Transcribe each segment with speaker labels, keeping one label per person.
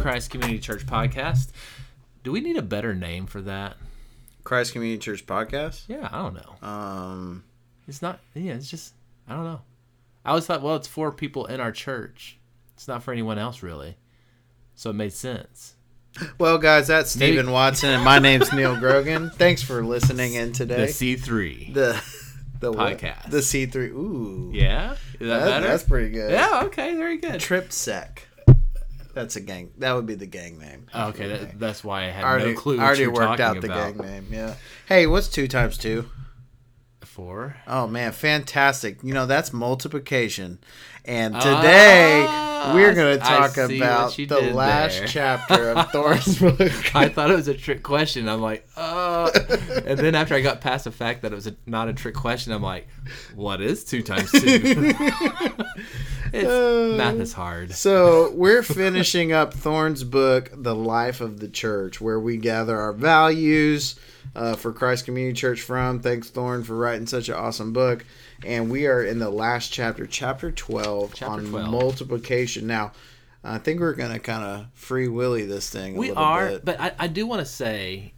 Speaker 1: Christ Community Church podcast. Do we need a better name for that?
Speaker 2: Christ Community Church podcast.
Speaker 1: Yeah, I don't know.
Speaker 2: Um,
Speaker 1: It's not. Yeah, it's just I don't know. I always thought, well, it's for people in our church. It's not for anyone else really. So it made sense.
Speaker 2: well, guys, that's
Speaker 1: Maybe-
Speaker 2: Stephen Watson, and my name's Neil Grogan. Thanks for listening in
Speaker 1: The
Speaker 2: today.
Speaker 1: C three.
Speaker 2: The the what?
Speaker 1: Podcast.
Speaker 2: The C three. Ooh,
Speaker 1: Yeah, is that,
Speaker 2: That-
Speaker 1: better?
Speaker 2: that's pretty good.
Speaker 1: yeah. Okay, very good.
Speaker 2: Trip Sec. That's a gang. That would be the gang name.
Speaker 1: Okay, that, that's why I had
Speaker 2: I already,
Speaker 1: no clue. What
Speaker 2: I already
Speaker 1: you were
Speaker 2: worked out
Speaker 1: talking
Speaker 2: the
Speaker 1: about.
Speaker 2: gang name. Yeah. Hey, what's two times two?
Speaker 1: Four.
Speaker 2: Oh man, fantastic! You know that's multiplication, and today
Speaker 1: Ah,
Speaker 2: we're going to
Speaker 1: I
Speaker 2: talk
Speaker 1: see what
Speaker 2: about
Speaker 1: you
Speaker 2: the
Speaker 1: did
Speaker 2: last
Speaker 1: there.
Speaker 2: chapter of Thor's book.
Speaker 1: I thought it was a trick question. I'm like, uh. And then after I got past the fact that it was a, not a trick question, I'm like, what is two times two? it's,
Speaker 2: Uh.
Speaker 1: math is hard.
Speaker 2: So we're finishing up Thorne's book, The Life of the Church, where we gather our values uh, for Christ Community Church from. Thanks, Thorne, for writing such an awesome book. And we are in the last chapter, chapter 12,
Speaker 1: Chapter
Speaker 2: on
Speaker 1: 12.
Speaker 2: multiplication. Now, I think we're going to kind of free willy this thing a
Speaker 1: We
Speaker 2: little
Speaker 1: are,
Speaker 2: bit.
Speaker 1: but I, I do want to say,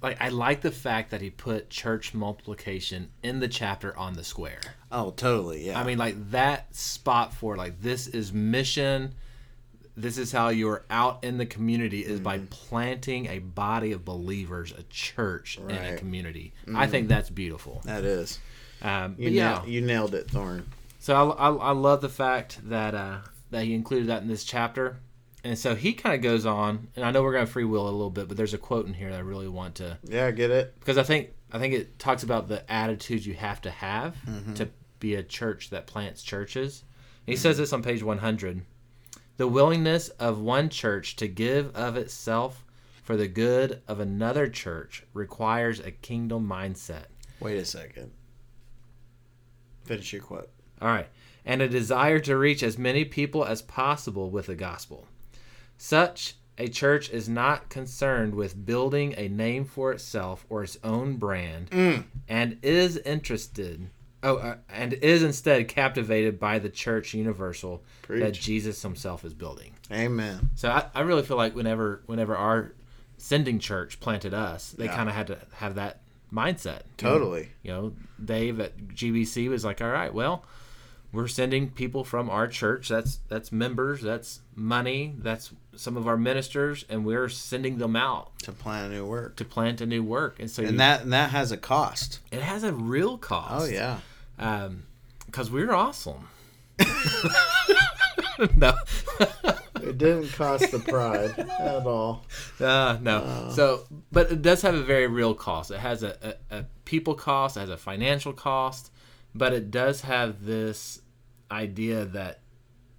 Speaker 1: like, I like the fact that he put church multiplication in the chapter on the square.
Speaker 2: Oh, totally, yeah.
Speaker 1: I mean, like, that spot for, like, this is mission. This is how you're out in the community is
Speaker 2: Mm.
Speaker 1: by planting a body of believers, a church in a
Speaker 2: Right.
Speaker 1: community. I think that's beautiful.
Speaker 2: that is.
Speaker 1: Um,
Speaker 2: You,
Speaker 1: but yeah,
Speaker 2: nailed, you nailed it, Thorne.
Speaker 1: so I, I, I love the fact that uh, that he included that in this chapter, and so he kind of goes on, and I know we're going to freewheel a little bit, but there's a quote in here that I really want to
Speaker 2: Yeah, I get it.
Speaker 1: because I think I think it talks about the attitude you have to have to be a church that plants churches. And he says this on page 100. The willingness of one church to give of itself for the good of another church requires a kingdom mindset.
Speaker 2: Wait a second. Finish your quote.
Speaker 1: All right. And a desire to reach as many people as possible with the gospel. Such a church is not concerned with building a name for itself or its own brand
Speaker 2: Mm.
Speaker 1: and is interested oh uh, and is instead captivated by the church universal that
Speaker 2: Preach.
Speaker 1: Jesus himself is building.
Speaker 2: Amen.
Speaker 1: So I, I really feel like whenever whenever our sending church planted us, they
Speaker 2: Yeah.
Speaker 1: kind of had to have that mindset.
Speaker 2: Totally.
Speaker 1: You know, Dave at GBC was like, "All right, well, we're sending people from our church. That's that's members. That's money. That's some of our ministers, and we're sending them out
Speaker 2: To plan a new work.
Speaker 1: to plant a new work. And so you-
Speaker 2: and that and that has a cost.
Speaker 1: it has a real cost.
Speaker 2: Oh yeah,
Speaker 1: because we're awesome. no,
Speaker 2: it didn't cost the pride at all.
Speaker 1: Uh, no. so, but it does have a very real cost. It has a, a, a people cost, it has a financial cost, but it does have this idea that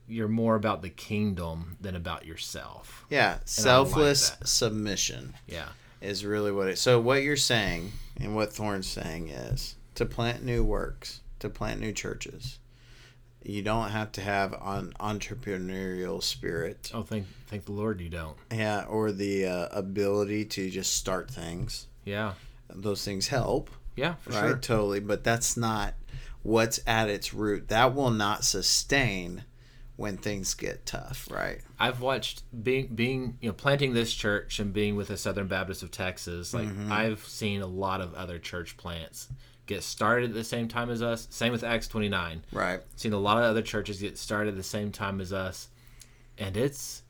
Speaker 1: you're more about the kingdom than about yourself.
Speaker 2: Yeah, selfless submission
Speaker 1: Yeah.
Speaker 2: is really what it. So what you're saying and what Thorne's saying is to plant new works, to plant new churches. You don't have to have an entrepreneurial spirit,
Speaker 1: Oh, thank thank the Lord you don't.
Speaker 2: yeah, or the uh, ability to just start things.
Speaker 1: Yeah.
Speaker 2: Those things help,
Speaker 1: Yeah, for
Speaker 2: right?
Speaker 1: sure.
Speaker 2: Totally, but that's not what's at its root. That will not sustain when things get tough, right?
Speaker 1: I've watched being being you know planting this church and being with the Southern Baptist of Texas. Like I've seen a lot of other church plants get started at the same time as us. Same with Acts twenty nine.
Speaker 2: Right.
Speaker 1: seen a lot of other churches get started at the same time as us and it's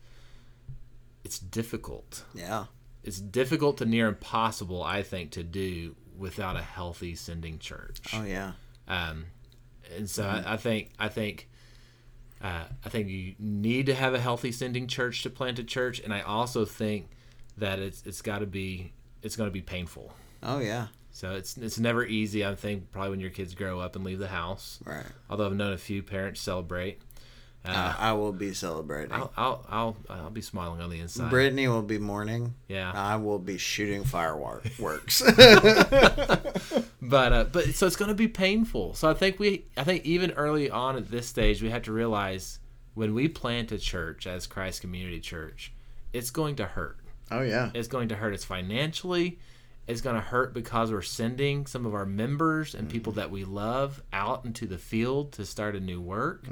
Speaker 1: it's difficult
Speaker 2: Yeah.
Speaker 1: it's difficult to near impossible i think to do without a healthy sending church
Speaker 2: Oh yeah.
Speaker 1: um, and so I, I think i think uh, i think you need to have a healthy sending church to plant a church and i also think that it's it's got to be it's going to be painful
Speaker 2: Oh yeah.
Speaker 1: so it's it's never easy i think probably when your kids grow up and leave the house
Speaker 2: Right.
Speaker 1: although i've known a few parents celebrate
Speaker 2: I I will be celebrating.
Speaker 1: I'll, I'll, I'll, I'll be smiling on the inside.
Speaker 2: Brittany will be mourning.
Speaker 1: yeah,
Speaker 2: I will be shooting fireworks.
Speaker 1: but uh, but so it's going to be painful. So I think we, I think even early on at this stage, we have to realize when we plant a church as Christ Community Church, it's going to hurt.
Speaker 2: oh yeah.
Speaker 1: It's going to hurt us financially. It's going to hurt because we're sending some of our members and people
Speaker 2: Mm-hmm.
Speaker 1: that we love out into the field
Speaker 2: Mm-hmm.
Speaker 1: to start a new work.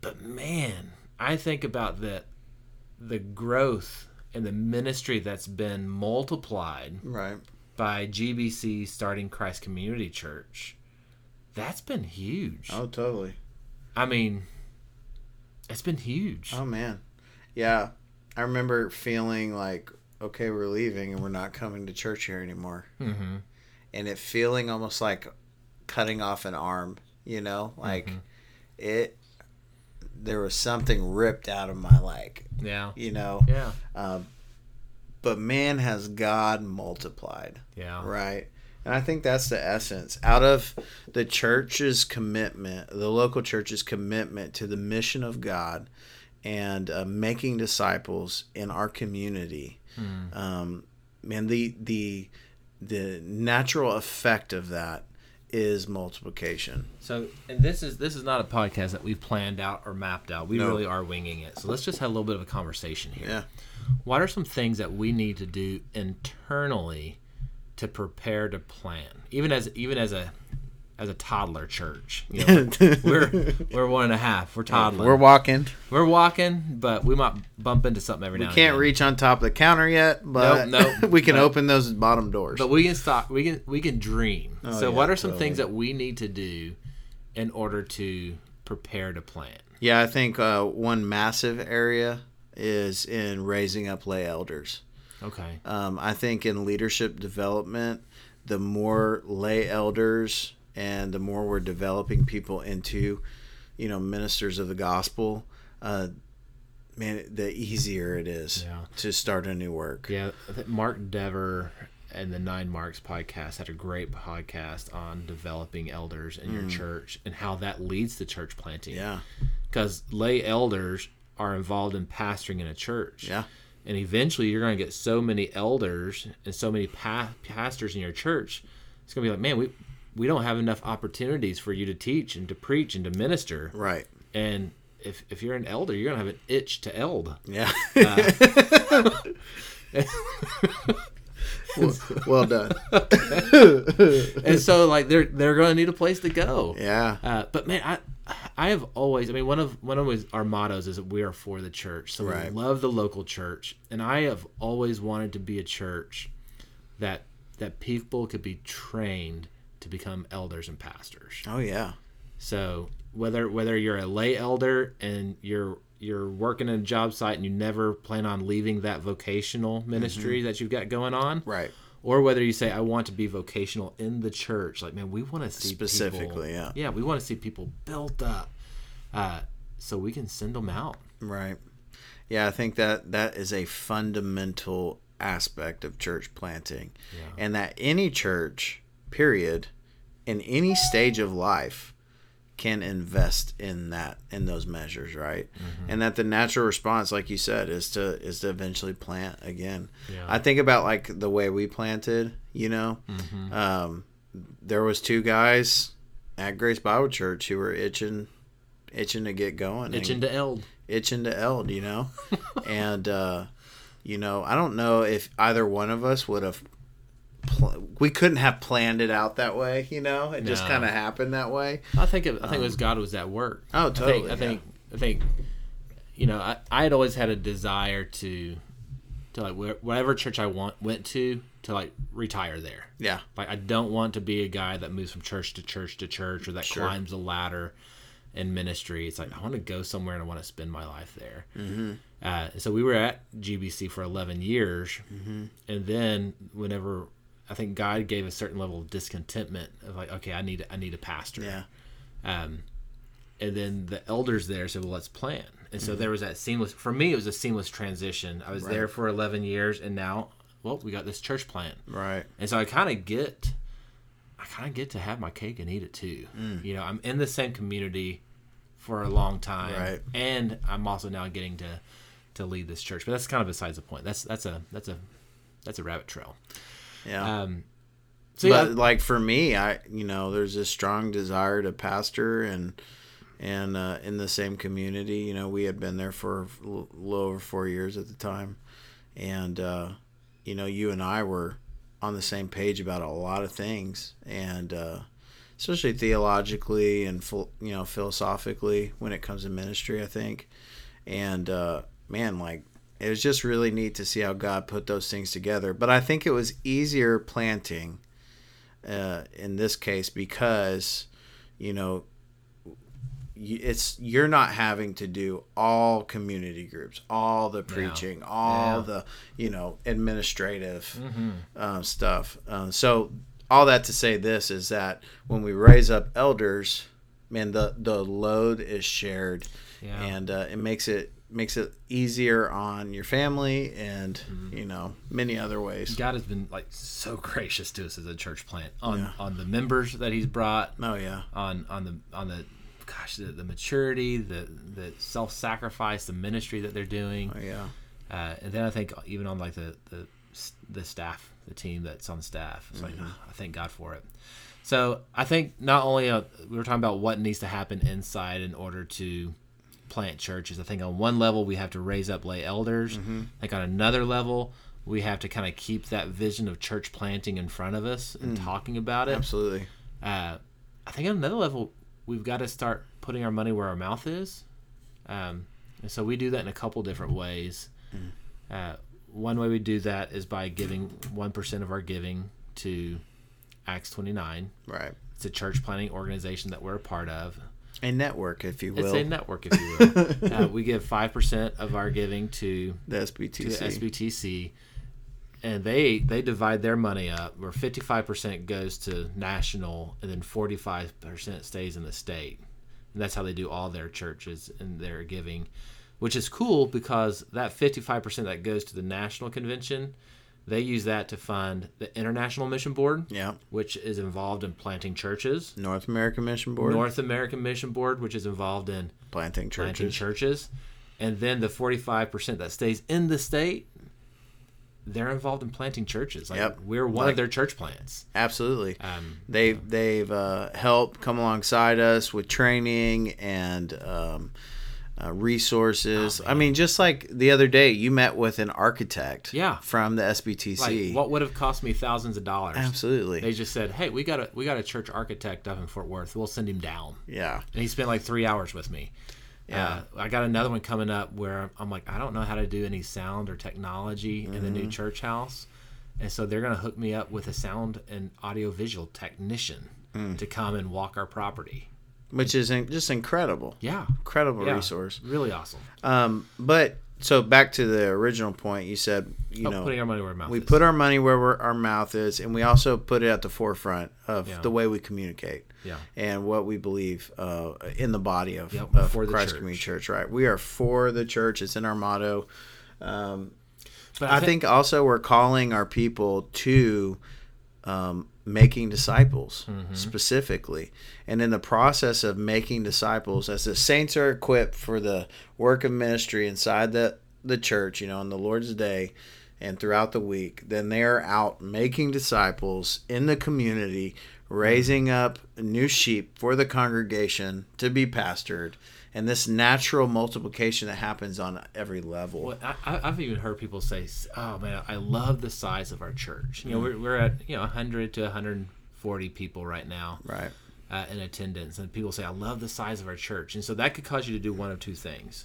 Speaker 1: But man, I think about that the growth and the ministry that's been multiplied
Speaker 2: Right.
Speaker 1: by GBC starting Christ Community Church, that's been huge.
Speaker 2: Oh, totally.
Speaker 1: I mean, it's been huge.
Speaker 2: Oh man. Yeah. I remember feeling like, okay, we're leaving and we're not coming to church here anymore.
Speaker 1: hmm
Speaker 2: And it feeling almost like cutting off an arm, you know? Like it there was something ripped out of my like,
Speaker 1: Yeah.
Speaker 2: you know.
Speaker 1: Yeah.
Speaker 2: Um but man has God multiplied.
Speaker 1: Yeah.
Speaker 2: Right. And I think that's the essence. Out of the church's commitment, the local church's commitment to the mission of God and uh, making disciples in our community,
Speaker 1: Mm.
Speaker 2: um, man, the, the, the natural effect of that is multiplication.
Speaker 1: So, and this is this is not a podcast that we've planned out or mapped out. We
Speaker 2: No.
Speaker 1: really are winging it. So let's just have a little bit of a conversation here.
Speaker 2: Yeah.
Speaker 1: What are some things that we need to do internally to prepare to plan? Even as even as a as a toddler church, you know, we're we're one and a half. We're toddler.
Speaker 2: We're walking.
Speaker 1: We're walking, but we might bump into something every now.
Speaker 2: We can't
Speaker 1: and
Speaker 2: reach on top of the counter yet, but
Speaker 1: Nope, nope,
Speaker 2: we can
Speaker 1: but-
Speaker 2: open those bottom doors.
Speaker 1: But we can stop. We can we can dream. so
Speaker 2: Oh, yeah,
Speaker 1: what are some
Speaker 2: totally.
Speaker 1: things that we need to do in order to prepare to plan?
Speaker 2: Yeah, I think uh, one massive area is in raising up lay elders.
Speaker 1: Okay.
Speaker 2: Um, I think in leadership development, the more lay elders and the more we're developing people into, you know, ministers of the gospel, uh, man, the easier it is
Speaker 1: Yeah.
Speaker 2: to start a new work.
Speaker 1: Yeah, I think Mark Dever and the Nine Marks podcast had a great podcast on developing elders in your church and how that leads to church planting.
Speaker 2: Mm. Yeah.
Speaker 1: Because lay elders are involved in pastoring in a church.
Speaker 2: Yeah.
Speaker 1: And eventually you're going to get so many elders and so many pa- pastors in your church. It's going to be like, man, we, we don't have enough opportunities for you to teach and to preach and to minister.
Speaker 2: Right.
Speaker 1: And if, if you're an elder, you're going to have an itch to eld.
Speaker 2: Yeah. well, well done.
Speaker 1: and so like they're they're going to need a place to go.
Speaker 2: Yeah.
Speaker 1: Uh, but man, I I have always I mean one of one of always our mottos is that we are for the church. So
Speaker 2: Right.
Speaker 1: we love the local church, and I have always wanted to be a church that that people could be trained to become elders and pastors.
Speaker 2: Oh, yeah.
Speaker 1: So whether whether you're a lay elder and you're you're working in a job site and you never plan on leaving that vocational ministry that you've got going on,
Speaker 2: Right.
Speaker 1: or whether you say I want to be vocational in the church, like man, we want to see people-
Speaker 2: Specifically, yeah.
Speaker 1: yeah, we want to see people built up, uh, so we can send them out.
Speaker 2: Right. Yeah, I think that that is a fundamental aspect of church planting. And that any church, period, in any stage of life can invest in that in those measures, right?
Speaker 1: Mm-hmm.
Speaker 2: And that the natural response like you said is to is to eventually plant again.
Speaker 1: Yeah.
Speaker 2: I think about like the way we planted, you know.
Speaker 1: Mm-hmm.
Speaker 2: Um there was two guys at Grace Bible Church who were itching itching to get going and-
Speaker 1: Itching to eld.
Speaker 2: itching to eld, you know? and, uh, you know, I don't know if either one of us would have. Pl- we couldn't have planned it out that way, you know? It just
Speaker 1: No.
Speaker 2: kind of happened that way.
Speaker 1: I think it, I think it was God was at work.
Speaker 2: Um, Oh,
Speaker 1: I think
Speaker 2: totally,
Speaker 1: I think, I think you know I, I had always had a desire to to like where, whatever church I want went to to like retire there.
Speaker 2: Yeah.
Speaker 1: Like I don't want to be a guy that moves from church to church to church or that
Speaker 2: Sure.
Speaker 1: climbs a ladder in ministry. It's like I want to go somewhere and I want to spend my life there. Mm-hmm. Uh, so we were at GBC for eleven years,
Speaker 2: Mm-hmm.
Speaker 1: and then whenever I think God gave a certain level of discontentment of like, okay, I need I need a pastor.
Speaker 2: Yeah.
Speaker 1: Um, and then the elders there said, "Well, let's plan." And
Speaker 2: Mm-hmm.
Speaker 1: so there was that seamless. For me, it was a seamless transition. I was there for eleven years, and now, well, we got this church plan.
Speaker 2: Right.
Speaker 1: And so I kind of get, I kind of get to have my cake and eat it too.
Speaker 2: Mm.
Speaker 1: You know, I'm in the same community for a long time,
Speaker 2: Right.
Speaker 1: and I'm also now getting to to lead this church. But that's kind of besides the point. That's that's a that's a that's a rabbit trail.
Speaker 2: Yeah.
Speaker 1: Um, so
Speaker 2: but
Speaker 1: yeah,
Speaker 2: like for me, I you know there's this strong desire to pastor and and uh, in the same community. You know, we had been there for a l- little over four years at the time, and uh, you know, you and I were on the same page about a lot of things, and uh, especially theologically and phil- you know philosophically when it comes to ministry. I think, and uh, man, like it was just really neat to see how God put those things together. But I think it was easier planting uh, in this case because, you know, y- it's you're not having to do all community groups, all the preaching, all
Speaker 1: Yeah. Mm-hmm.
Speaker 2: the you know administrative um, stuff. Um, so all that to say, this is that when we raise up elders, man, the the load is shared
Speaker 1: Yeah.
Speaker 2: and uh, it makes it makes it easier on your family and
Speaker 1: Mm-hmm.
Speaker 2: you know many other ways.
Speaker 1: God has been like so gracious to us as a church plant on on the members that He's brought
Speaker 2: Oh yeah,
Speaker 1: on on the on the gosh the, the maturity the the self sacrifice the ministry that they're doing
Speaker 2: oh yeah,
Speaker 1: uh, and then I think even on like the the s- the staff the team that's on staff it's like "Ah, I thank God for it so I think not only uh we were talking about what needs to happen inside in order to plant churches I think on one level we have to raise up lay elders I think on another level we have to kind of keep that vision of church planting in front of us and talking about it
Speaker 2: absolutely.
Speaker 1: uh, I think on another level, we've got to start putting our money where our mouth is. Um, and so we do that in a couple different ways. Uh, one way we do that is by giving 1% of our giving to Acts 29.
Speaker 2: Right,
Speaker 1: It's a church planning organization that we're a part of.
Speaker 2: a network, if you
Speaker 1: It's
Speaker 2: will,
Speaker 1: a network, if you will. uh, we give 5% of our giving to
Speaker 2: the
Speaker 1: to the
Speaker 2: SBTC.
Speaker 1: SBTC, and they they divide their money up. Where fifty five percent goes to national, and then forty five percent stays in the state. And that's how they do all their churches and their giving, which is cool because that fifty five percent that goes to the national convention, they use that to fund the International Mission Board,
Speaker 2: yeah,
Speaker 1: which is involved in planting churches.
Speaker 2: North American Mission Board,
Speaker 1: North American Mission Board, which is involved in
Speaker 2: planting
Speaker 1: planting churches,
Speaker 2: churches.
Speaker 1: and then the forty-five percent that stays in the state, they're involved in planting churches. Like
Speaker 2: Yep.
Speaker 1: we're one
Speaker 2: Like-
Speaker 1: of their church plants.
Speaker 2: Absolutely.
Speaker 1: Um,
Speaker 2: They they've uh, helped come alongside us with training and um, uh, resources.
Speaker 1: Oh,
Speaker 2: I mean, just like the other day, you met with an architect.
Speaker 1: Yeah.
Speaker 2: from the
Speaker 1: like
Speaker 2: SBTC.
Speaker 1: what would have cost me thousands of dollars?
Speaker 2: Absolutely.
Speaker 1: They just said, "Hey, we got a we got a church architect up in Fort Worth. We'll send him down."
Speaker 2: yeah.
Speaker 1: And he spent like three hours with me.
Speaker 2: Yeah.
Speaker 1: Uh, I got another one coming up where I'm like, I don't know how to do any sound or technology in the
Speaker 2: Mm-hmm.
Speaker 1: new church house. And so they're going to hook me up with a sound and audiovisual technician
Speaker 2: Mm.
Speaker 1: to come and walk our property.
Speaker 2: which is in, just incredible,
Speaker 1: Yeah.
Speaker 2: incredible
Speaker 1: Yeah.
Speaker 2: resource.
Speaker 1: Really awesome.
Speaker 2: Um, but so back to the original point, you said you
Speaker 1: Oh,
Speaker 2: know
Speaker 1: putting our money where our mouth
Speaker 2: we
Speaker 1: is.
Speaker 2: put our money where we're, our mouth is, and we also put it at the forefront of
Speaker 1: Yeah.
Speaker 2: the way we communicate
Speaker 1: yeah.
Speaker 2: and what we believe uh, in the body of,
Speaker 1: Yep,
Speaker 2: of
Speaker 1: for the
Speaker 2: Christ
Speaker 1: church.
Speaker 2: Community Church. Right, we are for the church. It's in our motto. Um,
Speaker 1: But
Speaker 2: I think also we're calling our people to um, making disciples specifically, and in the process of making disciples, as the saints are equipped for the work of ministry inside the the church, you know, on the Lord's day and throughout the week, then they are out making disciples in the community, raising up new sheep for the congregation to be pastored, and this natural multiplication that happens on every level.
Speaker 1: Well, I, I- I've even heard people say, "Oh man, I love the size of our church."
Speaker 2: Mm.
Speaker 1: You know, we're, we're at you know 100 to 140 people right now.
Speaker 2: Right.
Speaker 1: uh, in attendance, and people say, "I love the size of our church," and so that could cause you to do one of two things.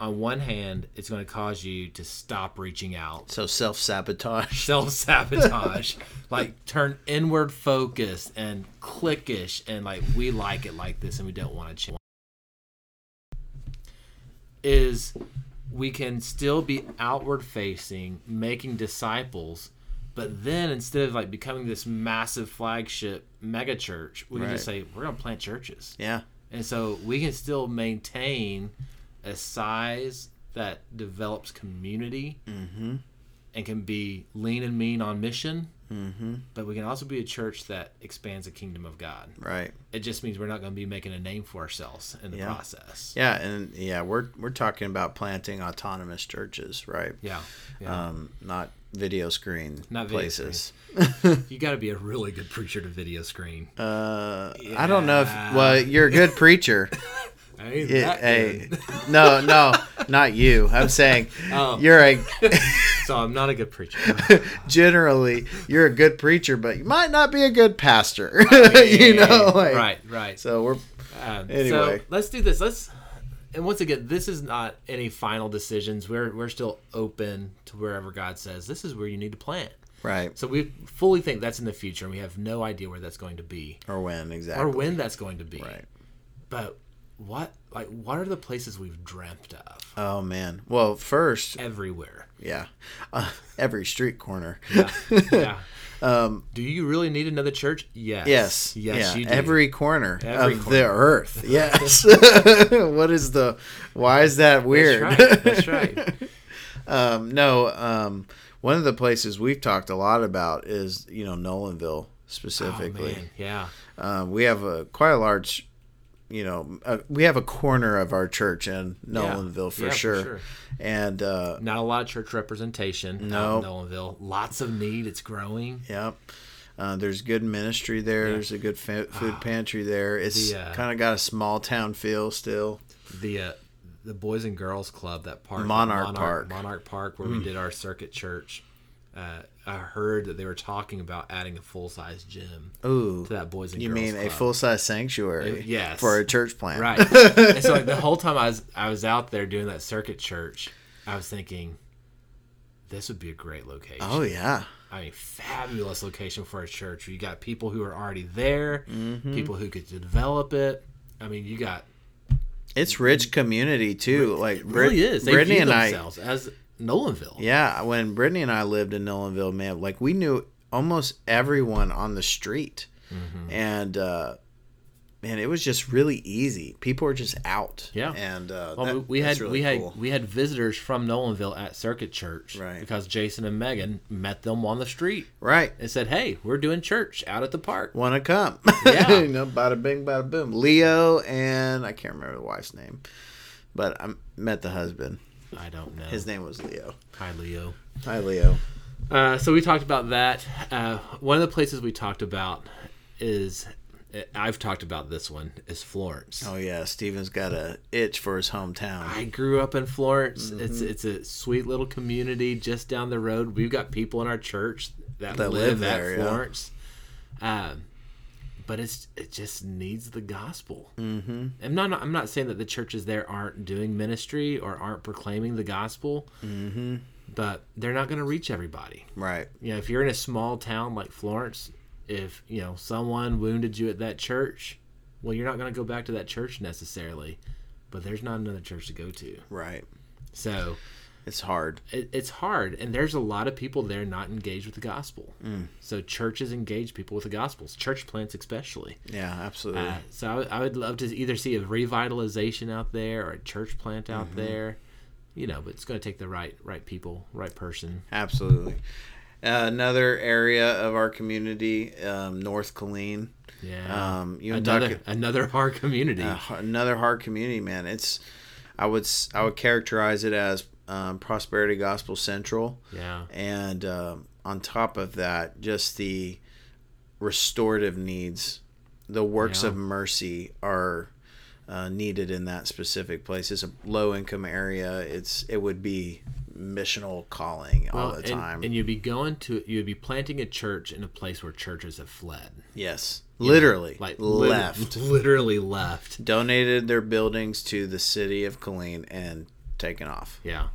Speaker 1: On one hand, it's going to cause you to stop reaching out,
Speaker 2: So self sabotage.
Speaker 1: self sabotage, like turn inward focused and cliquish, and like we like it like this, and we don't want to change. Is we can still be outward facing, making disciples, but then instead of like becoming this massive flagship mega church, we can just say we're going to plant churches.
Speaker 2: Yeah.
Speaker 1: And so we can still maintain a size that develops community
Speaker 2: Mm-hmm.
Speaker 1: and can be lean and mean on mission. Mm-hmm. But we can also be a church that expands the kingdom of God.
Speaker 2: Right.
Speaker 1: It just means we're not going to be making a name for ourselves in the
Speaker 2: Yeah.
Speaker 1: process.
Speaker 2: Yeah, and yeah, we're we're talking about planting autonomous churches, right?
Speaker 1: Yeah. yeah.
Speaker 2: Um, not video screen
Speaker 1: Not video
Speaker 2: places.
Speaker 1: you got to be a really good preacher to video screen.
Speaker 2: Uh, I don't know if
Speaker 1: Yeah.
Speaker 2: well, you're a good preacher.
Speaker 1: I ain't
Speaker 2: It-
Speaker 1: that
Speaker 2: hey,
Speaker 1: good.
Speaker 2: no, no, not you. I'm saying
Speaker 1: Oh.
Speaker 2: you're a
Speaker 1: so I'm not a good preacher.
Speaker 2: generally you're a good preacher, but you might not be a good pastor. you know, like,
Speaker 1: right, right.
Speaker 2: So we're
Speaker 1: Um, So
Speaker 2: Anyway.
Speaker 1: let's do this. Let's and once again, this is not any final decisions. We're we're still open to wherever God says this is where you need to plant.
Speaker 2: Right.
Speaker 1: So we fully think that's in the future, and we have no idea where that's going to be
Speaker 2: Or when exactly.
Speaker 1: or when that's going to be.
Speaker 2: Right.
Speaker 1: But what like what are the places we've dreamt of?
Speaker 2: Oh man. Well, first,
Speaker 1: Everywhere.
Speaker 2: yeah, uh, every street corner.
Speaker 1: Yeah. um, do you really need another church? Yes.
Speaker 2: Yes.
Speaker 1: Yes.
Speaker 2: yeah.
Speaker 1: You do.
Speaker 2: Every corner
Speaker 1: Every
Speaker 2: of the
Speaker 1: corner.
Speaker 2: earth. Yes. what is the? Why is that
Speaker 1: That's
Speaker 2: weird?
Speaker 1: right. That's right.
Speaker 2: um, no. Um, one of the places we've talked a lot about is you know Nolanville
Speaker 1: oh,
Speaker 2: specifically.
Speaker 1: man. Yeah.
Speaker 2: Um, we have a quite a large, you know, uh, we have a corner of our church in Nolanville for,
Speaker 1: Yeah, for
Speaker 2: sure.
Speaker 1: sure.
Speaker 2: and uh,
Speaker 1: Not a lot of church representation.
Speaker 2: No.
Speaker 1: Out in Nolanville. Lots of need. It's growing.
Speaker 2: yep. Uh, there's good ministry there. There's a good fa- food pantry there. It's
Speaker 1: Ah. The, uh,
Speaker 2: kind of got a small town feel still.
Speaker 1: The uh, the Boys and Girls Club that park
Speaker 2: Monarch Park. Mm.
Speaker 1: Monarch Park where we did our circuit church. Uh, I heard that they were talking about adding a full size gym
Speaker 2: Ooh,
Speaker 1: to that Boys and
Speaker 2: you
Speaker 1: Girls
Speaker 2: mean
Speaker 1: Club.
Speaker 2: a full size sanctuary?
Speaker 1: Uh, yes.
Speaker 2: for a church plant.
Speaker 1: Right. and so like, the whole time I was I was out there doing that circuit church, I was thinking, this would be a great location.
Speaker 2: Oh yeah.
Speaker 1: I mean, fabulous location for a church. You got people who are already there,
Speaker 2: Mm-hmm.
Speaker 1: people who could develop it. I mean, you got
Speaker 2: It's rich community too. like
Speaker 1: it really
Speaker 2: Brit-
Speaker 1: is. They
Speaker 2: Brittany
Speaker 1: view
Speaker 2: and I
Speaker 1: themselves as Nolanville.
Speaker 2: Yeah, when Brittany and I lived in Nolanville, man, like we knew almost everyone on the street,
Speaker 1: Mm-hmm.
Speaker 2: and uh, man, it was just really easy. People were just out.
Speaker 1: Yeah.
Speaker 2: and uh,
Speaker 1: Well,
Speaker 2: that-
Speaker 1: Oh, we- we
Speaker 2: that's
Speaker 1: had
Speaker 2: really
Speaker 1: we had
Speaker 2: cool.
Speaker 1: we had visitors from Nolanville at Circuit Church
Speaker 2: Right.
Speaker 1: because Jason and Megan met them on the street
Speaker 2: right.
Speaker 1: and said, "Hey, we're doing church out at the park."
Speaker 2: Want to come?
Speaker 1: Yeah.
Speaker 2: you know, bada bing, bada boom. Leo and I can't remember the wife's name, but I met the husband.
Speaker 1: I don't know.
Speaker 2: His name was Leo.
Speaker 1: Hi, Leo.
Speaker 2: Hi, Leo.
Speaker 1: Uh, so we talked about that. Uh, one of the places we talked about is I've talked about this one is Florence.
Speaker 2: Oh yeah, Steven's got a itch for his hometown.
Speaker 1: I grew up in Florence. It's
Speaker 2: Mm-hmm.
Speaker 1: it's a sweet little community just down the road. We've got people in our church that,
Speaker 2: That
Speaker 1: live,
Speaker 2: live there,
Speaker 1: at
Speaker 2: yeah.
Speaker 1: Florence. Um, but it's it just needs the gospel. Mm-hmm. I'm not I'm not saying that the churches there aren't doing ministry or aren't proclaiming the gospel. Mm-hmm. But they're not going to reach everybody
Speaker 2: Right.
Speaker 1: you know, if you're in a small town like Florence, if you know someone wounded you at that church, well, you're not going to go back to that church necessarily, but there's not another church to go to.
Speaker 2: Right.
Speaker 1: So
Speaker 2: It's hard.
Speaker 1: it, it's hard, and there's a lot of people there not engaged with the gospel.
Speaker 2: Mm.
Speaker 1: So churches engage people with the gospels, church plants especially.
Speaker 2: Yeah, absolutely.
Speaker 1: Uh, so I would- I would love to either see a revitalization out there or a church plant
Speaker 2: Mm-hmm.
Speaker 1: out there, you know. But it's going to take the right right people, right person.
Speaker 2: Absolutely. Uh, another area of our community, um, North Killeen.
Speaker 1: Yeah,
Speaker 2: Um, you know,
Speaker 1: another
Speaker 2: talk-
Speaker 1: another hard community.
Speaker 2: uh, h- another hard community, man. It's, I would, s- I would characterize it as um, prosperity gospel central,
Speaker 1: Yeah.
Speaker 2: and um, on top of that, just the restorative needs, the works
Speaker 1: Yeah.
Speaker 2: of mercy are uh, needed in that specific place. It's a low income area. It's it would be missional calling all
Speaker 1: Well,
Speaker 2: the
Speaker 1: and,
Speaker 2: time.
Speaker 1: And you'd be going to you'd be planting a church in a place where churches have fled.
Speaker 2: Yes. Literally.
Speaker 1: Like lit-
Speaker 2: left.
Speaker 1: Literally left.
Speaker 2: Donated their buildings to the city of Killeen and taken off
Speaker 1: Yeah.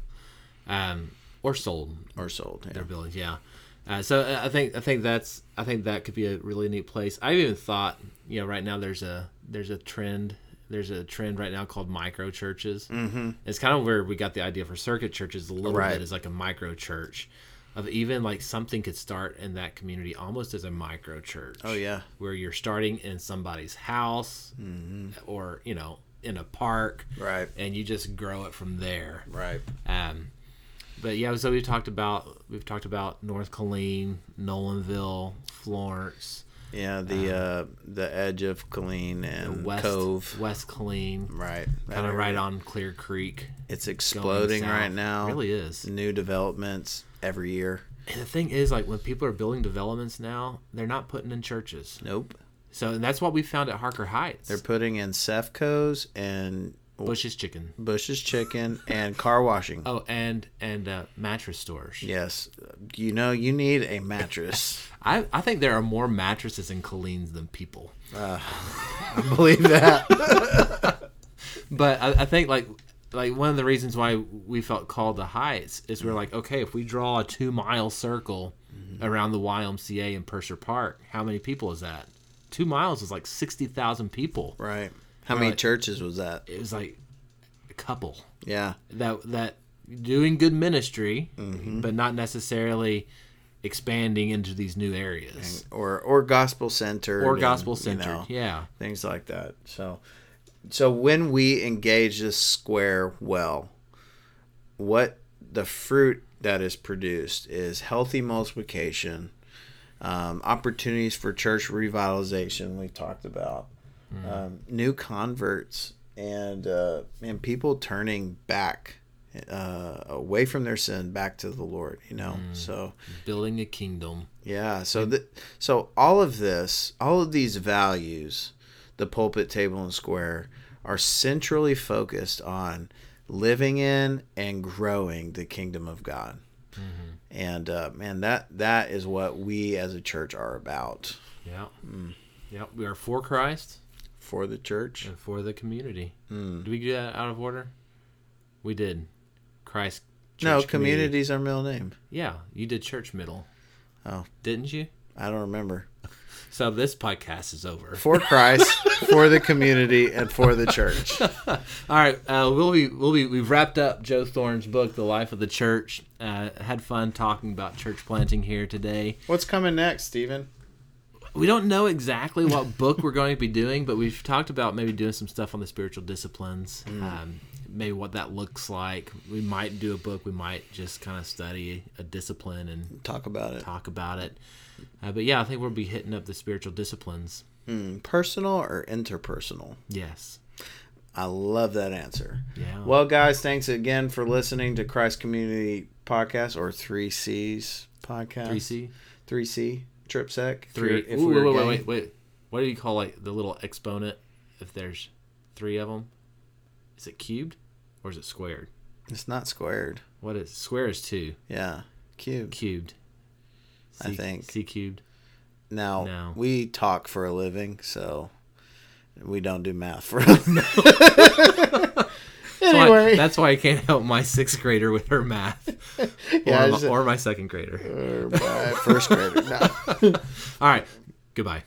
Speaker 1: Um or sold
Speaker 2: or sold. Yeah.
Speaker 1: their buildings, yeah. Uh, so uh, I think I think that's I think that could be a really neat place. I've even thought, you know, right now there's a there's a trend there's a trend right now called micro churches. Mm-hmm. It's kind of where we got the idea for circuit churches a little
Speaker 2: Right.
Speaker 1: bit as like a micro church, of even like something could start in that community almost as a micro church.
Speaker 2: Oh, yeah.
Speaker 1: where you're starting in somebody's house or you know in a park
Speaker 2: Mm-hmm. Right.
Speaker 1: and you just grow it from there
Speaker 2: Right.
Speaker 1: um but yeah so we've talked about we've talked about north colleen nolanville florence
Speaker 2: Yeah. The uh, the edge of Killeen and
Speaker 1: Um, west
Speaker 2: Cove.
Speaker 1: west colleen
Speaker 2: Right.
Speaker 1: kind of right on clear creek
Speaker 2: It's
Speaker 1: going
Speaker 2: exploding
Speaker 1: south.
Speaker 2: right now.
Speaker 1: really is
Speaker 2: New developments every year.
Speaker 1: and the thing is like when people are building developments now they're not putting in churches
Speaker 2: Nope.
Speaker 1: so and that's what we found at harker heights
Speaker 2: They're putting in Cefco's and
Speaker 1: bush's chicken
Speaker 2: Bush's Chicken and car washing.
Speaker 1: oh and and uh, mattress stores
Speaker 2: Yes. You know, you need a mattress.
Speaker 1: I, I think there are more mattresses in Colleen's than people.
Speaker 2: I believe that.
Speaker 1: but I, I think like like one of the reasons why we felt called to Heights is we're like, okay, if we draw a two mile circle around the YMCA in Purser Park, how many people is that? Two miles is like sixty thousand people.
Speaker 2: Right. How many
Speaker 1: Right.
Speaker 2: churches was that?
Speaker 1: It was like a couple
Speaker 2: Yeah.
Speaker 1: that that doing good ministry, but not necessarily expanding into these new areas
Speaker 2: Or or gospel centered.
Speaker 1: or gospel centered. yeah,
Speaker 2: Things like that. So so when we engage this square well, what the fruit that is produced is healthy multiplication, um, opportunities for church revitalization. We talked about um, new converts and uh, and people turning back uh, away from their sin back to the Lord. You know, so
Speaker 1: building a kingdom.
Speaker 2: yeah, so th- so all of this, all of these values, the pulpit, table, and square are centrally focused on living in and growing the kingdom of God. And uh, man, that that is what we as a church are about
Speaker 1: Yeah, yeah, we are for Christ.
Speaker 2: for the church.
Speaker 1: And for the community.
Speaker 2: Hmm.
Speaker 1: Did we do that out of order? We did. Christ. Church
Speaker 2: no, community's our middle name.
Speaker 1: Yeah, you did church middle.
Speaker 2: Oh.
Speaker 1: Didn't you?
Speaker 2: I don't remember.
Speaker 1: So this podcast is over.
Speaker 2: For Christ, for the community, and for the church.
Speaker 1: All right, uh, we'll be we'll be we've wrapped up Joe Thorne's book, The Life of the Church. Uh, had fun talking about church planting here today.
Speaker 2: What's coming next, Stephen?
Speaker 1: We don't know exactly what book we're going to be doing, but we've talked about maybe doing some stuff on the spiritual disciplines,
Speaker 2: Hmm.
Speaker 1: um, maybe what that looks like. We might do a book. We might just kind of study a discipline and
Speaker 2: Talk about it.
Speaker 1: talk about it. Uh, but yeah, I think we'll be hitting up the spiritual disciplines.
Speaker 2: Hmm, personal or interpersonal?
Speaker 1: Yes.
Speaker 2: I love that answer.
Speaker 1: Yeah.
Speaker 2: Well, guys, thanks again for listening to Christ Community Podcast or Three C's Podcast.
Speaker 1: 3C.
Speaker 2: Three C. Trip sec. If
Speaker 1: Three.
Speaker 2: you're- If
Speaker 1: Ooh,
Speaker 2: we
Speaker 1: wait,
Speaker 2: were
Speaker 1: wait, wait,
Speaker 2: gay.
Speaker 1: wait, wait. What do you call like the little exponent if there's three of them? Is it cubed or is it squared?
Speaker 2: It's not squared.
Speaker 1: What is square is two
Speaker 2: Yeah. Cube.
Speaker 1: cubed.
Speaker 2: I think.
Speaker 1: c cubed.
Speaker 2: Now
Speaker 1: No.
Speaker 2: we talk for a living, so we don't do math for. us.
Speaker 1: That's why-
Speaker 2: anyway,
Speaker 1: that's why I can't help my sixth grader with her math, or,
Speaker 2: Yeah, I
Speaker 1: my,
Speaker 2: just-
Speaker 1: or my second grader.
Speaker 2: or my first uh, grader. No.
Speaker 1: All right, goodbye.